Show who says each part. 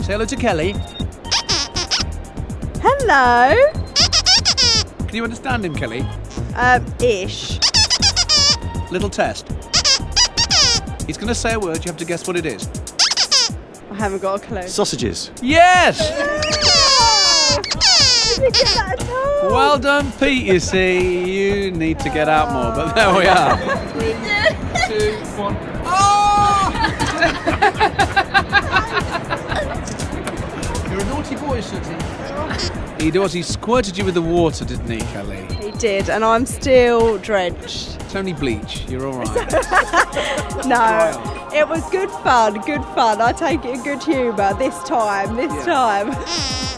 Speaker 1: Say hello to Kelly.
Speaker 2: Hello?
Speaker 1: Can you understand him, Kelly?
Speaker 2: Um, ish.
Speaker 1: Little test. He's going to say a word, you have to guess what it is.
Speaker 2: I haven't got a clue. Ah!
Speaker 3: Sausages.
Speaker 1: Yes!
Speaker 2: Look at that at all.
Speaker 1: Well done, Pete, you see. You need to get out more, but there we are. Two, one. You're a naughty boy, Sooty. He does. He squirted you with the water, didn't he, Kelly?
Speaker 2: He did, and I'm still drenched.
Speaker 1: It's only bleach. You're all right.
Speaker 2: No, it was good fun, good fun. I take it in good humour this time, this
Speaker 1: Yeah.
Speaker 2: time.